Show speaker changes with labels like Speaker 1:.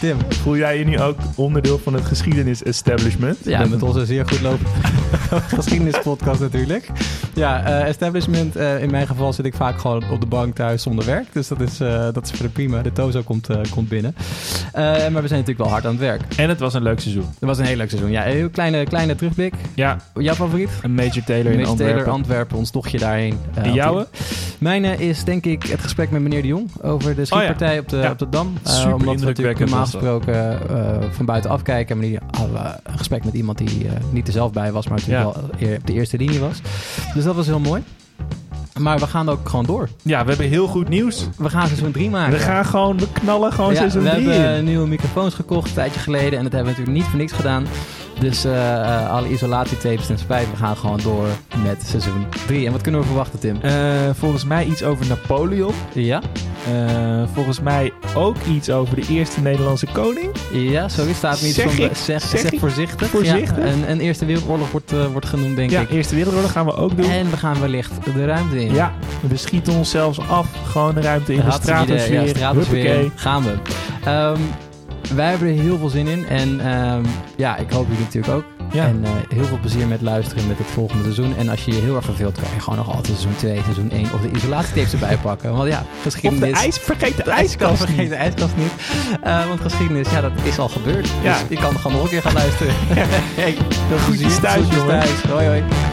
Speaker 1: Tim.
Speaker 2: Voel jij je nu ook onderdeel van het geschiedenis-establishment?
Speaker 1: Ja, met onze zeer goed lopende geschiedenispodcast natuurlijk. Ja, eh, establishment. eh, in mijn geval zit ik vaak gewoon op de bank thuis zonder werk. Dus dat is, eh, dat is voor de prima. De Tozo komt, eh, komt binnen. Eh, maar we zijn natuurlijk wel hard aan het werk.
Speaker 2: En het was een leuk seizoen.
Speaker 1: Het was een heel leuk seizoen. Ja, een heel kleine, kleine terugblik.
Speaker 2: Ja,
Speaker 1: Jouw favoriet?
Speaker 2: een Major Taylor in
Speaker 1: Mitch Taylor,
Speaker 2: Antwerpen.
Speaker 1: Antwerpen, ons tochtje daarheen. eh,
Speaker 2: En jouwe?
Speaker 1: Mijn eh, is denk ik het gesprek met meneer de Jong over de schietpartij op, de,
Speaker 2: Oh Ja.
Speaker 1: op de Dam. Eh,
Speaker 2: Super
Speaker 1: omdat we natuurlijk
Speaker 2: indrukwekkend
Speaker 1: normaal
Speaker 2: was dat.
Speaker 1: gesproken eh, van buitenaf kijken. Maar die hadden we een gesprek met iemand die eh, niet er zelf bij was, maar natuurlijk
Speaker 2: Ja.
Speaker 1: wel eh, eer- op de eerste linie was. Dus dat was heel mooi. Maar we gaan ook gewoon door.
Speaker 2: Ja, we hebben heel goed nieuws.
Speaker 1: We gaan seizoen 3 maken.
Speaker 2: We gaan gewoon, we knallen gewoon
Speaker 1: Ja,
Speaker 2: Oh, seizoen
Speaker 1: we
Speaker 2: 3
Speaker 1: hebben
Speaker 2: in.
Speaker 1: eh, nieuwe microfoons gekocht een tijdje geleden. En dat hebben we natuurlijk niet voor niks gedaan. Dus eh, eh, alle isolatietapes en spijt. We gaan gewoon door met seizoen 3. En wat kunnen we verwachten, Tim?
Speaker 2: Eh, volgens mij iets over Napoleon.
Speaker 1: Ja?
Speaker 2: Eh, volgens mij ook iets over de eerste Nederlandse koning.
Speaker 1: Ja, sorry, staat niet
Speaker 2: Zeg
Speaker 1: van...
Speaker 2: ik-
Speaker 1: zeg,
Speaker 2: zeg
Speaker 1: zeg
Speaker 2: ik
Speaker 1: voorzichtig.
Speaker 2: voorzichtig?
Speaker 1: Ja, een, een Eerste Wereldoorlog wordt, eh, wordt genoemd, denk
Speaker 2: Ja,
Speaker 1: ik.
Speaker 2: Eerste Wereldoorlog gaan we ook doen.
Speaker 1: En we gaan wellicht de ruimte in.
Speaker 2: Ja, we schieten ons zelfs af. Gewoon de ruimte in de
Speaker 1: Hartstikke idee.
Speaker 2: stratosfeer.
Speaker 1: Ja, stratosfeer.
Speaker 2: Huppakee.
Speaker 1: Gaan we. Ehm, wij hebben er heel veel zin in. En ehm, ja, ik hoop jullie natuurlijk ook.
Speaker 2: Ja.
Speaker 1: En eh, heel veel plezier met luisteren met het volgende seizoen. En als je je heel erg verveelt, kan je gewoon nog altijd seizoen 2, seizoen 1 of de isolatietapes erbij pakken. Want ja,
Speaker 2: Of de
Speaker 1: geschiedenis...
Speaker 2: ijs, vergeet de,
Speaker 1: de ijskast,
Speaker 2: ijskast
Speaker 1: vergeet
Speaker 2: niet.
Speaker 1: de ijskast niet. Eh, want geschiedenis, ja, dat is al gebeurd.
Speaker 2: Ja.
Speaker 1: Dus je kan gewoon nog een keer gaan luisteren. hey, veel
Speaker 2: Groetjes
Speaker 1: plezier.
Speaker 2: thuis,
Speaker 1: Groetjes
Speaker 2: jongen.
Speaker 1: thuis. Hoi, hoi.